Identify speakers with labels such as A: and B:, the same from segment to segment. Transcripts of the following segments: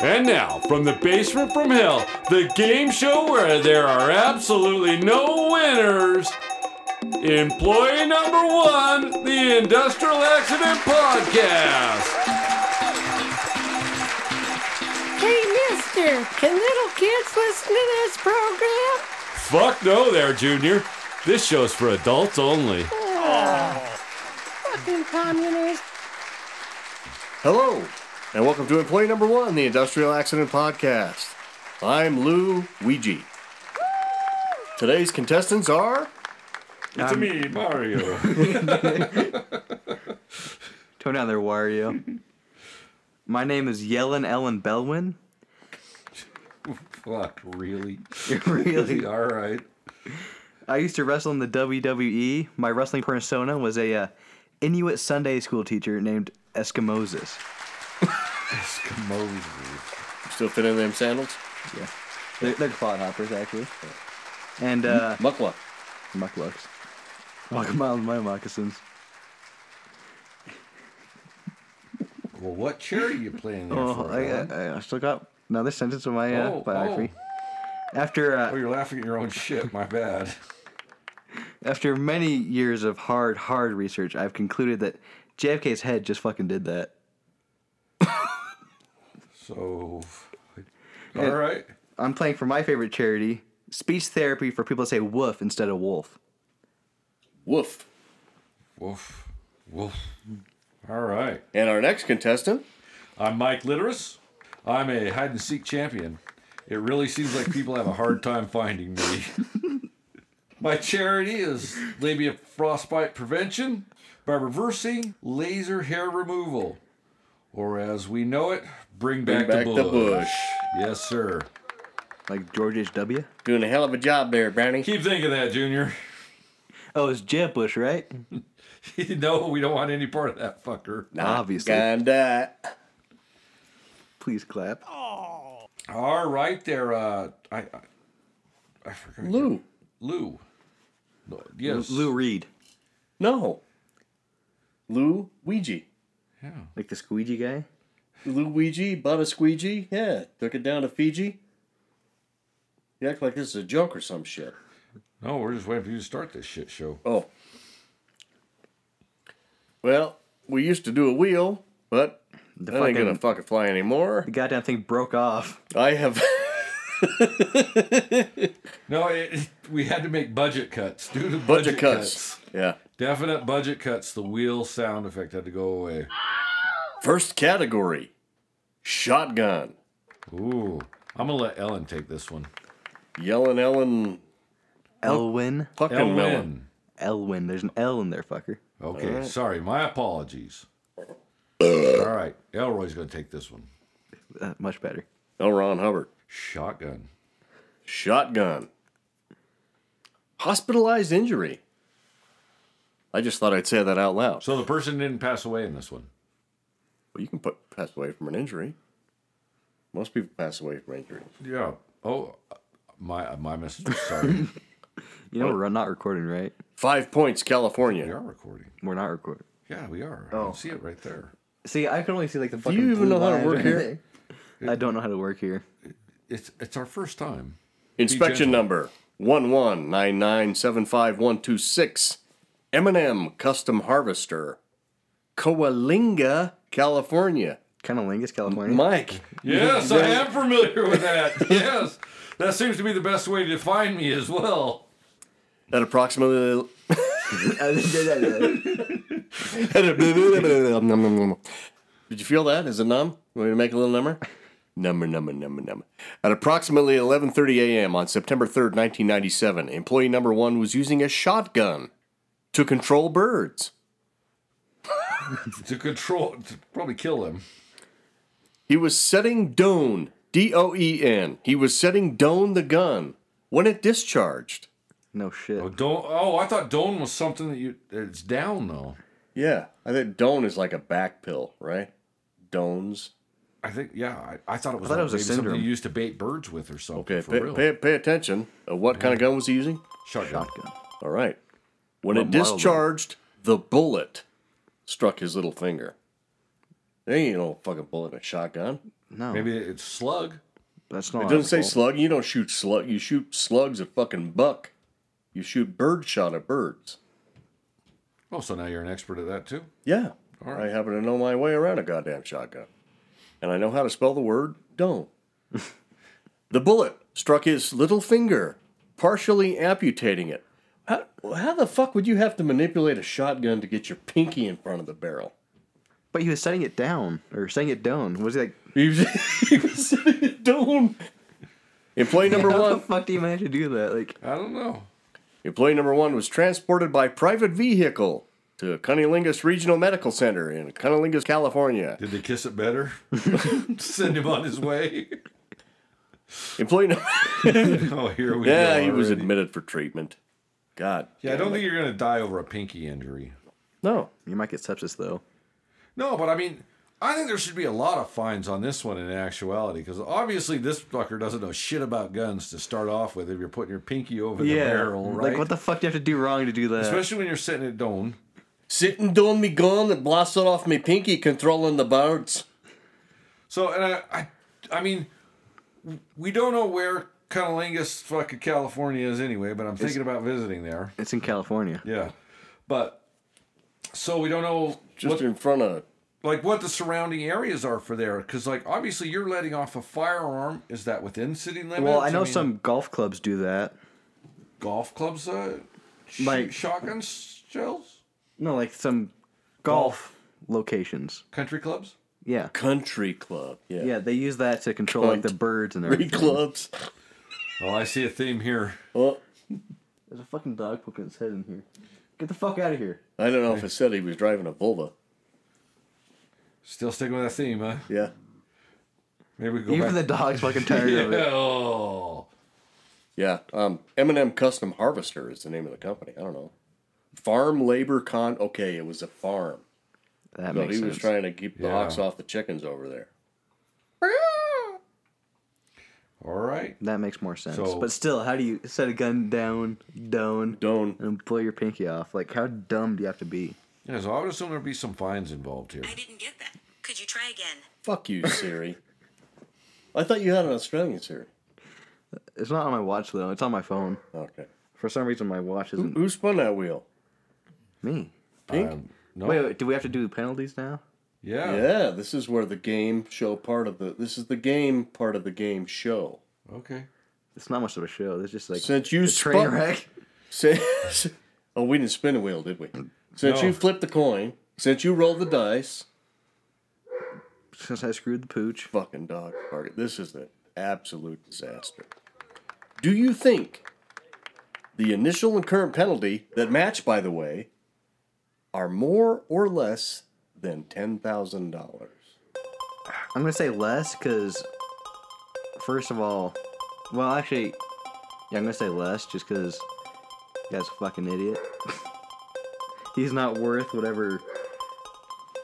A: And now, from the basement from hell, the game show where there are absolutely no winners. Employee number one, the Industrial Accident Podcast.
B: Hey, mister, can little kids listen to this program?
A: Fuck no, there, Junior. This show's for adults only.
B: Fucking communist.
C: Hello, and welcome to employee number one, the Industrial Accident Podcast. I'm Lou Ouija. Today's contestants are
A: It's me, Mario.
D: Turn down there, Wario. My name is Yellen Ellen Belwin.
E: Fuck, really?
D: really?
E: All right.
D: I used to wrestle in the WWE. My wrestling persona was a uh, Inuit Sunday school teacher named Eskimosis.
E: Eskimos.
C: still fit in them sandals.
D: Yeah. They're, they're clod hoppers, actually. And, uh,
C: Mukla.
D: mucklucks. Walk a mile in my moccasins.
E: Well, what chair are you playing there
D: Oh,
E: for?
D: I,
E: Alan?
D: I, I still got another sentence of my uh,
E: Oh,
D: biography. After, uh,
E: oh, you're laughing at your own shit. My bad.
D: After many years of hard, hard research, I've concluded that JFK's head just fucking did that.
E: So, all right.
D: I'm playing for my favorite charity, speech therapy for people that say woof instead of wolf.
C: Woof.
E: Woof. Woof. All right.
C: And our next contestant,
E: I'm Mike Litteris. I'm a hide and seek champion. It really seems like people have a hard time finding me. My charity is labia frostbite prevention by reversing laser hair removal, or as we know it, bring back,
C: back
E: the,
C: the
E: bush.
C: bush.
E: Yes, sir.
D: Like George H.W.?
C: doing a hell of a job there, Brownie.
E: Keep thinking that, Junior.
D: Oh, it's Jeb Bush, right?
E: no, we don't want any part of that fucker.
D: Obviously.
C: And that.
D: Please clap.
E: All right, there. Uh, I, I, I forgot.
C: Lou.
E: Lou. No, Yes.
D: Lou Reed.
C: No. Lou Ouija.
D: Like the squeegee guy?
C: Luigi, bought a squeegee. Yeah, took it down to Fiji. You act like this is a joke or some shit.
E: No, we're just waiting for you to start this shit show.
C: Oh. Well, we used to do a wheel, but
D: The
C: that ain't gonna fucking fly anymore.
D: the goddamn thing broke off.
C: I have.
E: No, it, we had to make budget cuts due to budget,
C: Budget cuts. yeah.
E: Definite budget cuts. The wheel sound effect had to go away.
C: First category shotgun.
E: Ooh, I'm gonna let Ellen take this one.
C: Yelling Ellen
D: Elwin.
C: Puckin
E: Ellen.
C: Melon.
D: Elwin. There's an L in there, fucker.
E: Okay, sorry, my apologies. All right, Elroy's gonna take this one.
D: Uh, much better.
C: L. Ron Hubbard.
E: Shotgun.
C: Shotgun. Hospitalized injury. I just thought I'd say that out loud.
E: So the person didn't pass away in this one.
C: Well, you can put, pass away from an injury. Most people pass away from injury.
E: Yeah. Oh, my my mistake. Sorry,
D: You know, we're not recording, right?
C: Five points, California.
E: we are recording.
D: We're not recording.
E: Yeah, we are. I can see it right there.
D: See, I can only see like the fucking.
C: even
D: blue
C: know how to
D: lines
C: work
D: right
C: here?
D: there. I don't know how to work here.
E: It's it's our first time.
C: Inspection
E: gentle.
C: number one one nine nine seven five one two six. M&M Custom Harvester, Coalinga, California.
D: Cunnilingus, California.
C: Mike,
E: Yes, I am familiar with that. Yes, that seems to be the best way to find me as well.
C: at approximately
D: Did
C: Did you feel that? Is it numb? You want me to make a little number? Number, number, number, number. At approximately 11:30 a.m. on September 3rd, 1997, employee number one was using a shotgun to control birds.
E: To control, to probably kill him.
C: He was setting down, D O E N. He was setting down the gun when it discharged.
D: No shit.
E: Oh, don't. Oh, I thought Doan was something that you. It's down though.
C: Yeah, I think down is like a back pill, right? Dones.
E: I think. Yeah, I, I thought it was.
D: I thought it
E: like
D: was a
E: maybe
D: syndrome.
E: something you used to bait birds with or something.
C: Okay,
E: for
C: pay,
E: real.
C: pay, pay attention. Uh, what kind of gun was he using?
E: Shotgun.
D: Shotgun.
C: All right. When
D: What
C: it
D: model, though?
C: discharged, the bullet struck his little finger. There ain't no fucking bullet in a shotgun.
D: No,
E: Maybe it's slug.
D: that's not.
C: It doesn't say
D: ethical.
C: slug. You don't shoot slug. You shoot slugs at fucking buck. You shoot bird shot at birds.
E: Oh, so now you're an expert at that too.
C: Yeah. I happen to know my way around a goddamn shotgun. And I know how to spell the word don't. the bullet struck his little finger, partially amputating it. How, how the fuck would you have to manipulate a shotgun to get your pinky in front of the barrel?
D: But he was setting it down or setting it down. Was he like?
C: He was, he was sitting it down. Employee number
D: How the
C: one.
D: fuck do you manage to do that? Like,
E: I don't know.
C: Employee number one was transported by private vehicle to Cunnilingus Regional Medical Center in Cunnilingus, California.
E: Did they kiss it better? Send him on his way.
C: Employee number.
E: Oh, here we go.
C: Yeah, he was
E: already.
C: admitted for treatment. God.
E: Yeah, I
C: damn
E: don't
C: it.
E: think you're gonna die over a pinky injury.
C: No.
D: you might get sepsis though.
E: No, but I mean, I think there should be a lot of fines on this one in actuality, because obviously this fucker doesn't know shit about guns to start off with. If you're putting your pinky over the barrel, right?
D: Like, what the fuck do you have to do wrong to do that?
E: Especially when you're sitting it down.
C: Sitting down me gun and blasting off me pinky, controlling the birds.
E: So, and I, I, I mean, we don't know where Cunnilingus, fucking California, is anyway. But I'm thinking about visiting there.
D: it's in California.
E: Yeah, but so we don't know
C: Just
E: what,
C: in front of.
E: like what the surrounding areas are for there, because like obviously you're letting off a firearm. Is that within city limits?
D: Well, I know
E: mean,
D: some golf clubs do that.
E: golf clubs uh, shoot
D: Like-
E: shotgun shells,
D: No, like some golf locations.
E: country clubs.
D: Yeah.
C: Country club. Yeah.
D: Yeah, they use that to control like the
C: Cunt.
D: birds and
C: Three
D: everything.
C: clubs.
E: Well, I see a theme here.
C: Well,
D: There's a fucking dog poking its head in here. Get the fuck out of here.
C: I don't know if it said he was driving a Volvo.
E: Still sticking with that theme, huh?
C: Yeah.
E: Maybe we go
D: Even the
E: back.
D: dog's fucking tired of it.
E: oh.
C: Yeah. Um, M&M Custom Harvester is the name of the company. I don't know. Farm Labor Con. Okay, it was a farm.
D: That
C: So
D: makes
C: he
D: sense.
C: was trying to keep the
E: Yeah.
C: hawks off the chickens over there.
E: All right.
D: That makes more sense.
E: So-
D: but still, how do you set a gun down, down,
C: Don't.
D: and blow your pinky off? Like, how dumb do you have to be?
E: Yeah, so I would assume there'd be some fines involved here.
F: I didn't get that. Could you try again?
C: Fuck you, Siri. I thought you had an Australian Siri.
D: It's not on my watch though. It's on my phone.
C: Okay.
D: For some reason, my watch
C: Who,
D: isn't
C: who spun that wheel?
D: me.
C: Pink?
E: Um, no.
D: Wait, wait, do we have to do penalties now?
E: Yeah.
C: Yeah, this is where the game show part of the this is the game part of the game show.
E: Okay.
D: It's not much of a show. It's just like
C: Since you
D: a train
C: spun-
D: wreck.
C: Since oh, we didn't spin a wheel, did we? Since
E: No.
C: you flipped the coin, since you rolled the dice,
D: Since I screwed the pooch.
C: fucking dog target. This is an absolute disaster. Do you think the initial and current penalty that match, by the way, are more or less than ten thousand dollars?
D: I'm gonna say less because, first of all, well, actually, yeah, I'm gonna say less just because guy's a fucking idiot. He's not worth whatever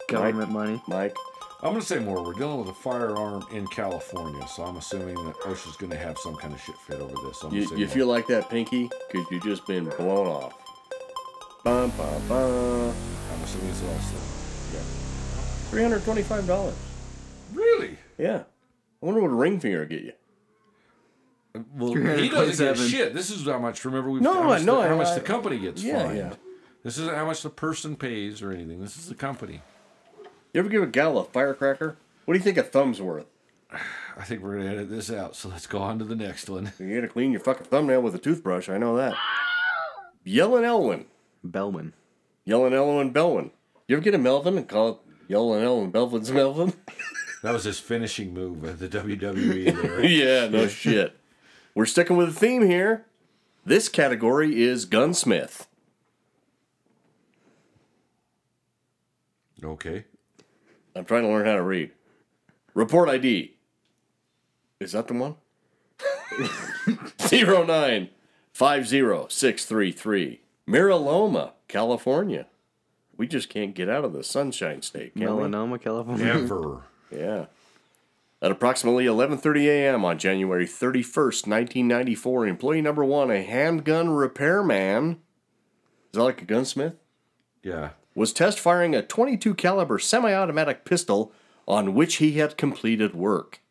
D: government money.
C: Mike,
E: I'm going to say more. We're dealing with a firearm in California, so I'm assuming that OSHA's going to have some kind of shit fit over this. So I'm
C: you,
E: gonna say
C: you
E: more.
C: feel like that, Pinky? Because you just been blown off. Bum, bum, bum.
E: I'm assuming it's less than.
C: $325.
E: Really?
C: Yeah. I wonder what a ring finger would get you.
E: Well, he doesn't get
D: 327.
E: shit. This is how much. Remember, we've
C: No,
E: how much,
C: no,
E: the, how much
C: I-
E: the company gets
C: Yeah,
E: fined.
C: yeah.
E: This isn't how much the person pays or anything. This is the company.
C: You ever give a gal a firecracker? What do you think a thumb's worth?
E: I think we're going to edit this out, so let's go on to the next one.
C: You gotta clean your fucking thumbnail with a toothbrush, I know that. Yellin' Elwin.
D: Bellman.
C: Yellin' Elwin Belwin. You ever get a Melvin and call it Yellin' Elwin Belvin's Melvin?
E: That was his finishing move at the WWE there.
C: yeah, no shit. We're sticking with the theme here. This category is gunsmith.
E: Okay.
C: I'm trying to learn how to read. Report ID. Is that the one? Zero nine five zero six three three. Miraloma, California. We just can't get out of the Sunshine State, can we?
D: Melanoma, California.
E: Ever.
C: Yeah. At approximately 11:30 a.m. on January 31st, 1994, employee number one, a handgun repairman, is that like a gunsmith,
E: Yeah.
C: was test firing a 22 caliber semi-automatic pistol on which he had completed work.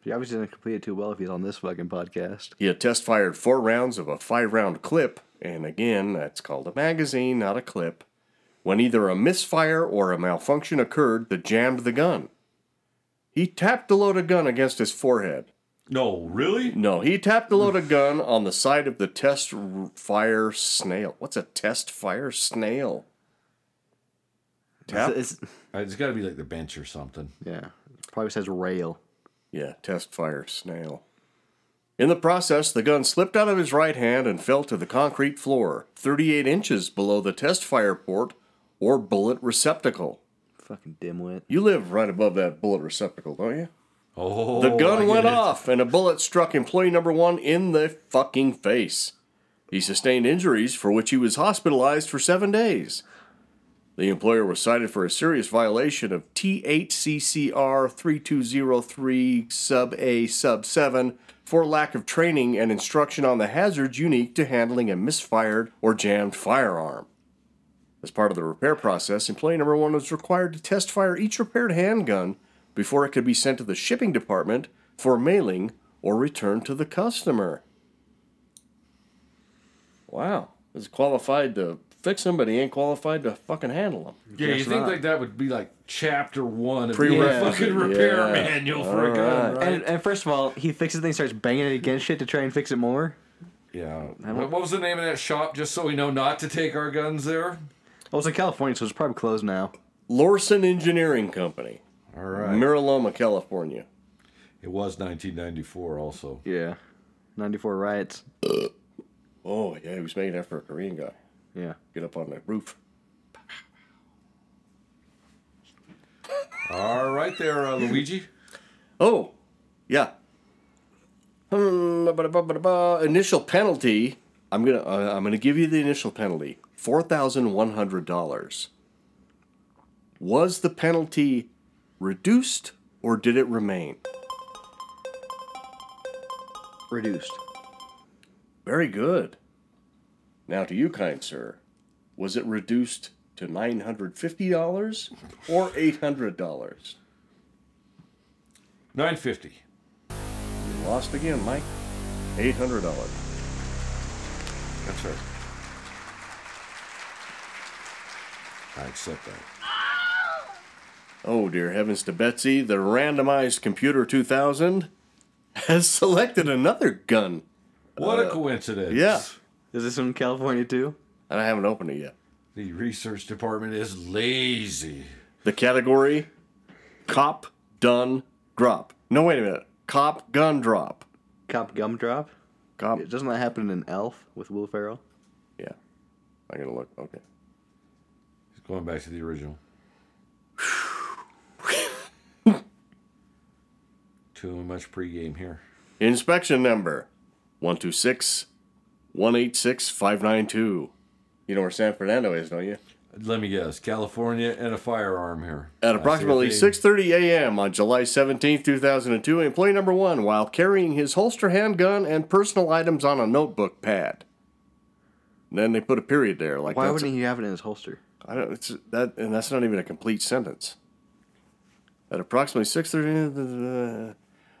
D: He obviously didn't complete it too well if he's on this fucking podcast.
C: He had test fired four rounds of a five round clip, and again, that's called a magazine, not a clip, when either a misfire or a malfunction occurred that jammed the gun. He tapped the loaded gun against his forehead.
E: No, really?
C: No, he tapped the loaded gun on the side of the test r- fire snail. What's a test fire snail? Tap?
D: It's, it's-
E: Uh, It's got to be like the bench or something.
D: yeah. Probably says rail.
C: Yeah, test fire snail. In the process, the gun slipped out of his right hand and fell to the concrete floor, 38 inches below the test fire port or bullet receptacle.
D: Fucking dimwit.
C: You live right above that bullet receptacle, don't you?
E: Oh,
C: The
E: I
C: gun
E: get
C: went
E: it.
C: off, and a bullet struck employee number one in the fucking face. He sustained injuries for which he was hospitalized for seven days. The employer was cited for a serious violation of THCCR 3203 sub A sub 7 for lack of training and instruction on the hazards unique to handling a misfired or jammed firearm. As part of the repair process, employee number one was required to test fire each repaired handgun before it could be sent to the shipping department for mailing or returned to the customer. Wow. Is qualified to fix them, but he ain't qualified to fucking handle them.
E: Yeah, you think like that would be like chapter one of
C: Prerequisite,
E: the fucking repair
C: yeah.
E: manual for a gun, right?
D: And, and first of all, he fixes things, starts banging it against shit to try and fix it more.
E: yeah. What, what was the name of that shop? Just so we know not to take our guns there.
D: Well, it's in California, so it's probably closed now.
C: Lorson Engineering Company,
E: All right.
C: Miraloma, California.
E: It was 1994, also.
D: Yeah. 94 riots.
C: Oh, yeah, he was making that for a Korean guy.
D: Yeah.
C: Get up on the roof.
E: All right, there, uh, Luigi.
C: Oh, yeah. Hmm, ba-ba-ba-ba-ba. Initial penalty. I'm gonna. Uh, I'm gonna give you the initial penalty. Four thousand one hundred dollars. Was the penalty reduced or did it remain?
D: Reduced.
C: Very good. Now to you, kind sir. Was it reduced to nine hundred fifty dollars or eight hundred dollars?
E: 950.
C: You lost again, Mike. Eight hundred dollars.
E: That's right. I accept that.
C: Oh, dear heavens to Betsy, the randomized computer 2000 has selected another gun.
E: What a coincidence.
C: Uh, yeah.
D: Is this in California too?
C: And I haven't opened it yet.
E: The research department is lazy.
C: The category Cop, Dun, Drop. No, wait a minute. Cop, Gun, Drop.
D: Cop Gumdrop?
C: Cop.
D: Doesn't that happen in Elf with Will Ferrell?
C: Yeah. I gotta look. Okay.
E: It's going back to the original. Too much pregame here.
C: Inspection number 126 186 592. You know where San Fernando is, don't you?
E: Let me guess. California and a firearm here.
C: At
E: I
C: approximately
E: see a thing.
C: 6:30 a.m. on July 17, 2002, employee number 1 while carrying his holster handgun and personal items on a notebook pad. And then they put a period there like
D: Why
C: that's
D: wouldn't he have it in his holster?
C: I don't it's that and that's not even a complete sentence. At approximately 6:30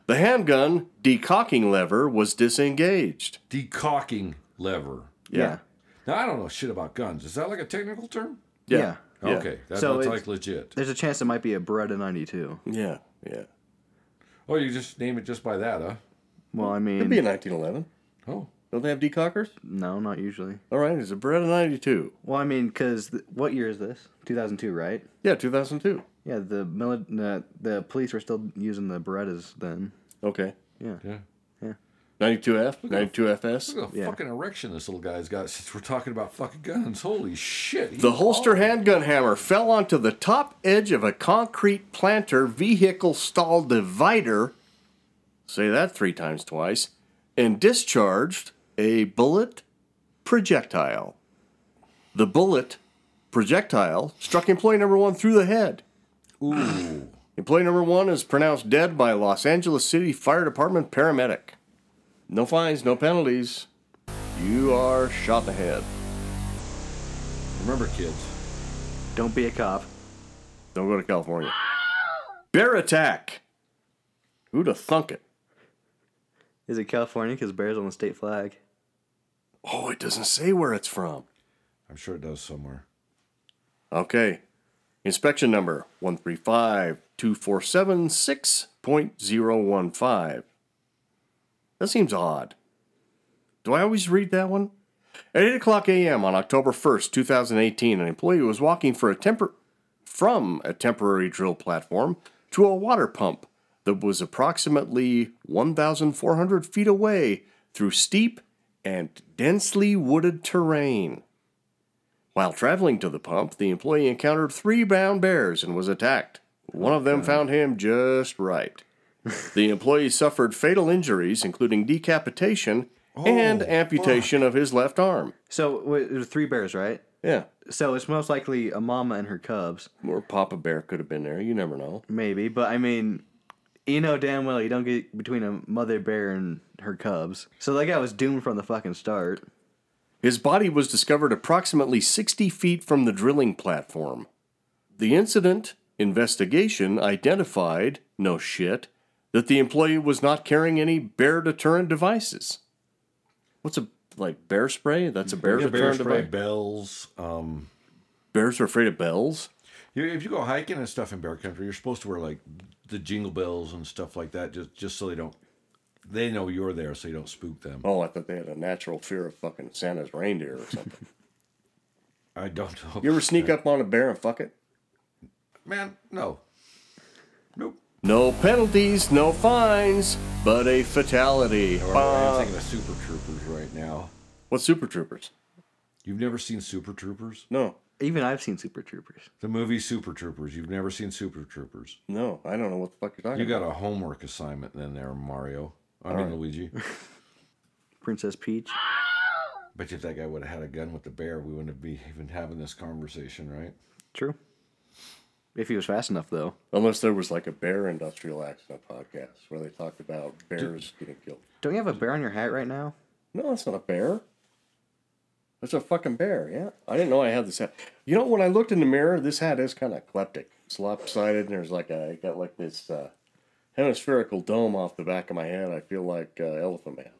C: the handgun decocking lever was disengaged.
E: Decocking lever.
C: Yeah.
E: Now, I don't know shit about guns. Is that like a technical term?
D: Yeah.
C: Yeah. Yeah.
E: Okay. That,
D: So
E: that's
D: it's-
E: like legit.
D: There's a chance it might be a Beretta 92.
C: Yeah. Yeah.
E: Oh, you just name it just by that, huh?
D: Well, I
C: It'd be a
D: mean,
C: 1911.
E: Oh.
C: Don't they have decockers?
D: no, not usually.
C: All right, it's a Beretta 92.
D: Well, I mean, because th- what year is this? 2002, right?
C: Yeah, 2002.
D: Yeah, the mili- the, the police were still using the Berettas then.
C: Okay.
E: Yeah.
C: 92F, 92FS.
E: Look at the
D: Yeah.
E: fucking erection this little guy's got since we're talking about fucking guns. Holy shit. he's
C: The holster
E: all-
C: handgun hammer fell onto the top edge of a concrete planter vehicle stall divider. Say that three times twice. And discharged a bullet projectile. The bullet projectile struck employee number one through the head.
E: Ooh.
C: Employee number one is pronounced dead by Los Angeles City Fire Department paramedic. No fines, no penalties. You are shot in the head.
E: Remember, kids.
D: Don't be a cop.
C: Don't go to California. Bear attack. Who'd have thunk it?
D: Is it California? Because bears on the state flag.
C: Oh, it doesn't say where it's from.
E: I'm sure it does somewhere.
C: Okay. Inspection number 1352476.015. That seems odd. Do I always read that one? At 8 o'clock a.m. on October 1st, 2018, an employee was walking for a tempor- from a temporary drill platform to a water pump that was approximately 1,400 feet away through steep and densely wooded terrain. While traveling to the pump, the employee encountered three brown bears and was attacked. One of them found him just right. The employee suffered fatal injuries, including decapitation and amputation of his left arm.
D: So wait, it was three bears, right?
C: Yeah,
D: So it's most likely a mama and her cubs,
C: or Papa Bear could have been there. You never know.
D: maybe. But I mean, you know damn well you don't get between a mother bear and her cubs. So that guy was doomed from the fucking start.
C: His body was discovered approximately 60 feet from the drilling platform. The incident investigation identified, no shit, that the employee was not carrying any bear deterrent devices. What's a like bear spray? That's a bear
E: Yeah, bear
C: deterrent
E: spray,
C: device.
E: bells. Um,
C: Bears are afraid of bells.
E: you, if you go hiking and stuff in bear country, you're supposed to wear like the jingle bells and stuff like that, just just so they don't. They know you're there, so you don't spook them.
C: Oh, I thought they had a natural fear of fucking Santa's reindeer or something.
E: I don't know.
C: you ever sneak up on a bear and fuck it?
E: man? No. Nope.
C: No penalties, no fines, but a fatality. Uh.
E: I'm thinking of Super Troopers right now.
C: What's Super Troopers?
E: You've never seen Super Troopers?
C: No,
D: Even I've seen Super Troopers.
E: The movie Super Troopers. You've never seen Super Troopers.
C: no, I don't know what the fuck you're talking
E: You
C: about.
E: got a homework assignment then there, Mario. I mean Luigi.
D: Princess Peach.
E: Bet you if that guy would have had a gun with the bear, we wouldn't be even having this conversation, right?
D: True. If he was fast enough, though.
C: Unless there was like a bear industrial accident podcast where they talked about bears getting killed.
D: Don't you have a bear on your hat right now?
C: No, that's not a bear. That's a fucking bear, yeah. I didn't know I had this hat. You know, when I looked in the mirror, this hat is kind of eclectic. It's lopsided, and there's like a, I got like this uh, hemispherical dome off the back of my head. I feel like uh, Elephant Man.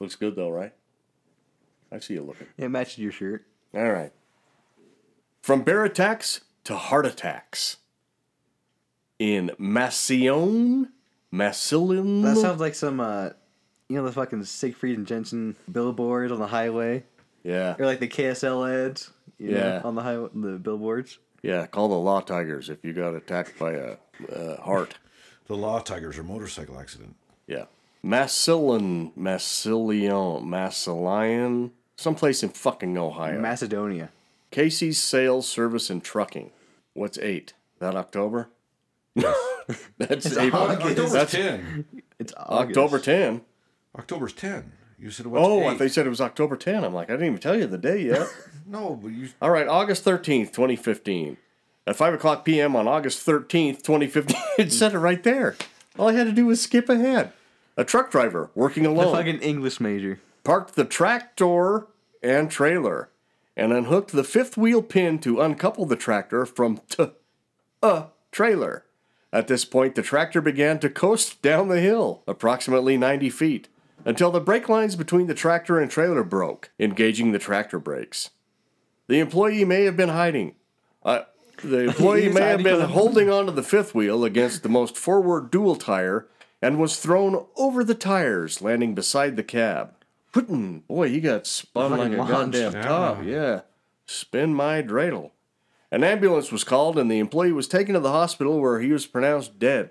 C: Looks good though, right? I see you looking.
D: It matches your shirt.
C: All right. From bear attacks to heart attacks. In Massillon, Massillon.
D: That sounds like some, uh, you know, the fucking Siegfried and Jensen billboard on the highway,
C: yeah,
D: or like the KSL ads. you know,
C: Yeah.
D: on the highway, the billboards.
C: yeah. Call the law tigers if you got attacked by a, a heart.
E: The Law Tigers or motorcycle accident.
C: Yeah. Massillon, Massillon, Massillon, someplace in fucking Ohio.
D: Macedonia.
C: Casey's Sales, Service, and Trucking. What's eight? That October? That's April.
E: October's
C: That's
E: 10.
D: It's August.
C: October 10.
E: October's 10. You said what's
C: Oh,
E: eight?
C: they said it was October 10. I'm like, I didn't even tell you the day yet.
E: No, but you
C: All right, August 13th, 2015. At 5 o'clock p.m. on August 13th, 2015, it said it right there. All I had to do was skip ahead. A truck driver working
D: The
C: alone
D: fucking English major.
C: parked the tractor and trailer and unhooked the fifth wheel pin to uncouple the tractor from t- a trailer. At this point, the tractor began to coast down the hill, approximately 90 feet, until the brake lines between the tractor and trailer broke, engaging the tractor brakes. The employee may have been hiding. Uh, the employee
D: He's
C: may have
D: hiding
C: been
D: from-
C: holding onto the fifth wheel against the most forward dual tire and was thrown over the tires, landing beside the cab. Putin, boy, he got spun like
D: Fucking
C: a
D: launched.
C: goddamn top. Oh, Yeah. Spin my dreidel. An ambulance was called and the employee was taken to the hospital where he was pronounced dead.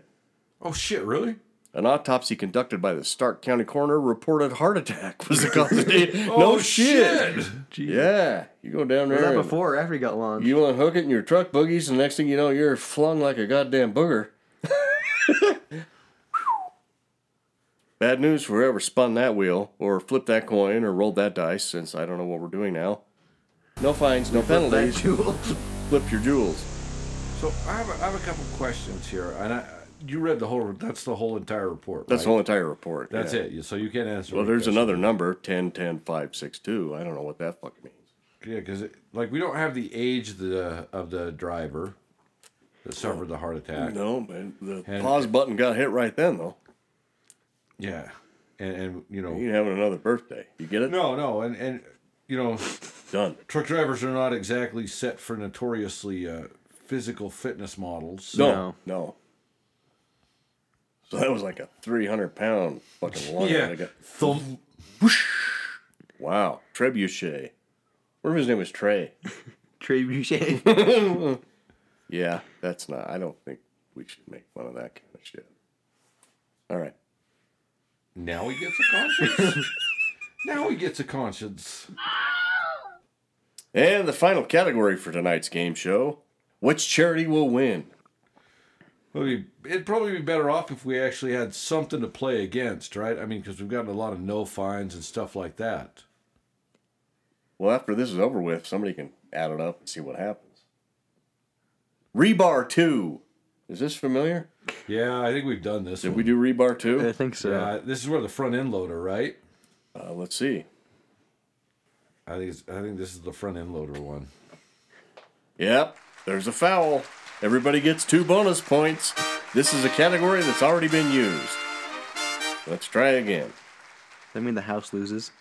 E: Oh shit, really?
C: An autopsy conducted by the Stark County coroner reported heart attack was the cause of death. no
E: Oh,
C: shit. Yeah, you go down there.
D: Was that
C: and-
D: before or after he got launched?
C: you unhook it in your truck boogies, and next thing you know, you're flung like a goddamn booger. Bad news for whoever spun that wheel, or flipped that coin, or rolled that dice, since I don't know what we're doing now. No fines, no
D: that
C: penalties.
D: jewel.
C: Flip your jewels.
E: So I have a, I have a couple questions here, and I you read the whole that's the whole entire report.
C: That's the
E: right?
C: whole entire report.
E: That's
C: yeah.
E: it. You- So you can't answer.
C: Well,
E: my
C: there's
E: question.
C: another number 10, 10, 5, 6, 2. I don't know what that fucking means.
E: Yeah, because like we don't have the age of the of the driver. that suffered the heart attack.
C: No, man. The
E: And-
C: pause button got hit right then, though.
E: Yeah, and, and you know,
C: You ain't having another birthday. You get it?
E: no, no, and and you know,
C: Done.
E: truck drivers are not exactly set for notoriously uh, physical fitness models.
C: No, no.
D: No.
C: So that was like a 300 pound fucking lung.
E: Yeah,
C: that I got.
E: thump.
C: Wow. Trebuchet. Remember his name was Trey.
D: Trebuchet.
C: Yeah, that's not. I don't think we should make fun of that kind of shit. All right.
E: Now he gets a conscience. now he gets a conscience.
C: And the final category for tonight's game show which charity will win?
E: Well, we- it'd probably be better off if we actually had something to play against, right? I mean, because we've gotten a lot of no fines and stuff like that.
C: Well, after this is over with, somebody can add it up and see what happens. Rebar 2. Is this familiar?
E: Yeah, I think we've done this.
C: Did
E: One.
C: we do Rebar
D: I
C: 2?
D: think so.
E: Uh, this is where the front end loader, right?
C: Uh, let's see.
E: I think it's, I think this is the front end loader one.
C: Yep, there's a foul. Everybody gets two bonus points. This is a category that's already been used. Let's try again.
D: That mean the house loses.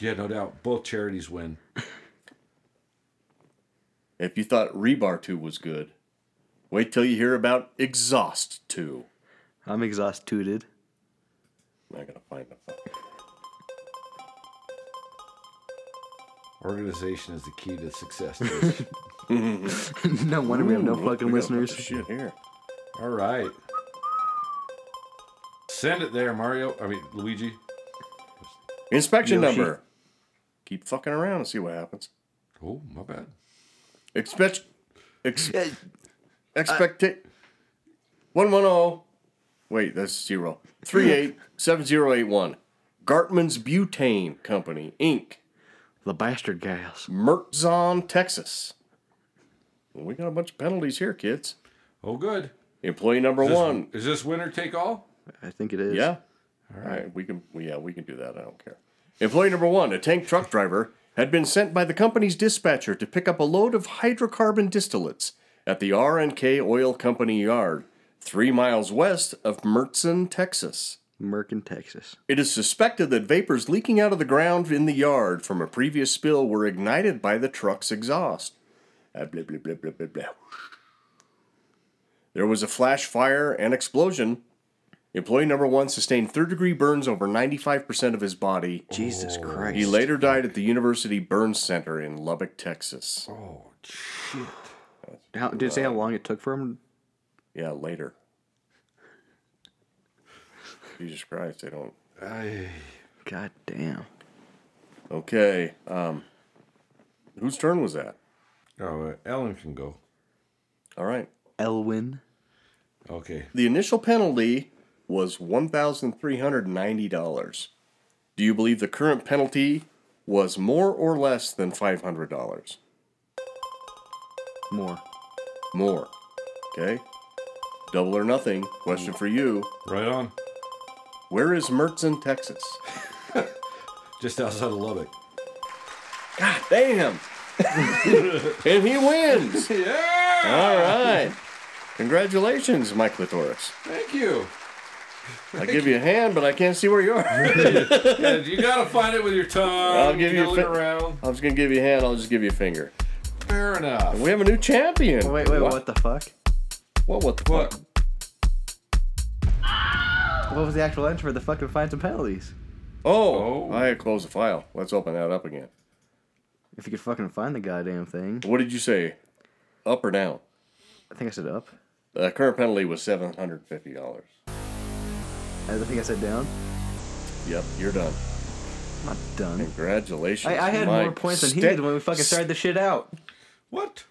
E: Yeah, no doubt. Both charities win.
C: If you thought Rebar 2 was good, wait till you hear about Exhaust 2.
D: I'm exhausted.
C: I'm not going to find a fucking-
E: Organization is the key to success. Jason.
D: no wonder we have no
C: Ooh,
D: fucking
C: we got a bunch
D: listeners.
C: of Shit here.
E: All right. Send it there, Mario. I mean, Luigi.
C: Inspection
D: Yoshi.
C: number. Keep fucking around and see what happens.
E: Oh, my bad.
C: Expect. Ex,
D: Yeah,
C: expect. 110. oh, Wait, that's zero. 387081. Gartman's Butane Company, Inc.
D: the bastard gas.
C: Mertzon, Texas. Well, we got a bunch of penalties here, kids.
E: Oh, good.
C: Employee number
E: This-
C: one.
E: Is this winner take all?
D: I think it is.
C: Yeah. All right, we can. well, Yeah, we can do that. I don't care. Employee number one, a tank truck driver, had been sent by the company's dispatcher to pick up a load of hydrocarbon distillates at the R and K Oil Company yard, three miles west of Mertzon, Texas.
D: Merck in Texas.
C: It is suspected that vapors leaking out of the ground in the yard from a previous spill were ignited by the truck's exhaust. Ah, blah, blah, blah, blah, blah, blah. There was a flash fire and explosion. Employee number one sustained third degree burns over 95% of his body.
D: Jesus Christ.
C: He later died at the University Burn Center in Lubbock, Texas.
E: Oh, shit.
D: How, did it say how long it took for him?
C: Yeah, later. Jesus Christ, they don't.
E: I...
D: God damn.
C: Okay. Um, whose turn was that?
E: Oh, uh, Ellen can go.
C: All right.
D: Elwin.
E: Okay.
C: The initial penalty was $1,390. Do you believe the current penalty was more or less than $500?
D: More.
C: More. Okay? Double or nothing. Question for you
E: Right on.
C: Where is Mertzen, Texas?
E: Just outside of Lubbock.
C: God damn! and he wins!
E: Yeah!
C: All right. Congratulations, Mike Latoris.
E: Thank you.
C: I give you a hand, but I can't see where you are.
E: Yeah, you gotta find it with your tongue.
C: I'll give you
E: gotta
C: a
E: look
C: fi-
E: around.
C: I was going to give you a hand, I'll just give you a finger.
E: Fair enough.
C: We have a new champion.
D: Wait, wait, what, the fuck?
C: What, what the fuck?
E: What?
D: What was the actual answer for the fucking fines and penalties?
C: Oh,
E: Oh.
C: I had closed the file. Let's open that up again.
D: If you could fucking find the goddamn thing.
C: What did you say? Up or down?
D: I think I said up.
C: The current penalty was seven hundred fifty dollars.
D: I think I said down.
C: Yep, you're done.
D: I'm not done.
C: Congratulations.
D: I, I had more
C: Mike.
D: points than he
C: Sta-
D: did when we fucking started the shit out.
E: What?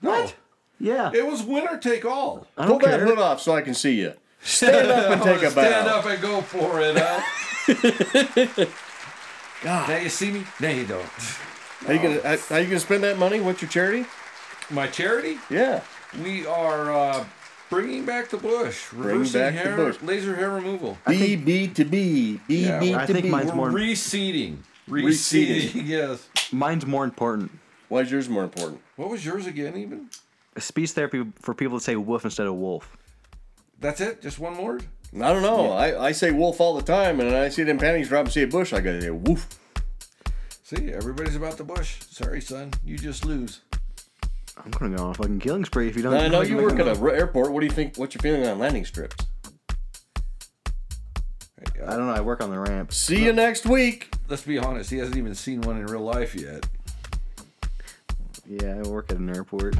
E: What?
D: Yeah.
E: It was winner take all.
D: I
C: Pull
D: don't
C: that
D: care.
C: hood off so I can see you. Stand up and take a
E: Stand
C: bow.
E: up and go for it, huh? Now you see me? Now you don't.
C: How you gonna how, how you gonna spend that money? What's your charity?
E: My charity?
C: Yeah.
E: We are uh, bringing back the bush. Reversing
C: back the
E: hair,
C: bush.
E: laser hair removal.
C: B B to B. B
E: Yeah,
C: B
E: well,
D: I
C: to
D: think
C: B.
D: mine's-
E: We're
D: more-
E: reseeding.
C: Reseeding.
E: Reseeding, yes.
D: Mine's more important.
C: Why's yours more important?
E: What was yours again, even?
D: speech therapy for people to say woof instead of wolf.
E: That's it? Just one word?
C: I don't know. I, I say wolf all the time, and I see it in panties drop and see a bush. I go, woof.
E: See, everybody's about the bush. Sorry, son. You just lose.
D: I'm gonna go on a fucking killing spree if you don't.
C: I know you work at
D: I
C: a r- airport. What do you think? What's your feeling on landing strips?
D: I don't know. I work on the ramp.
C: See you next week.
E: uh, Let's be honest. He hasn't even seen one in real life yet.
D: Yeah, I work at an airport.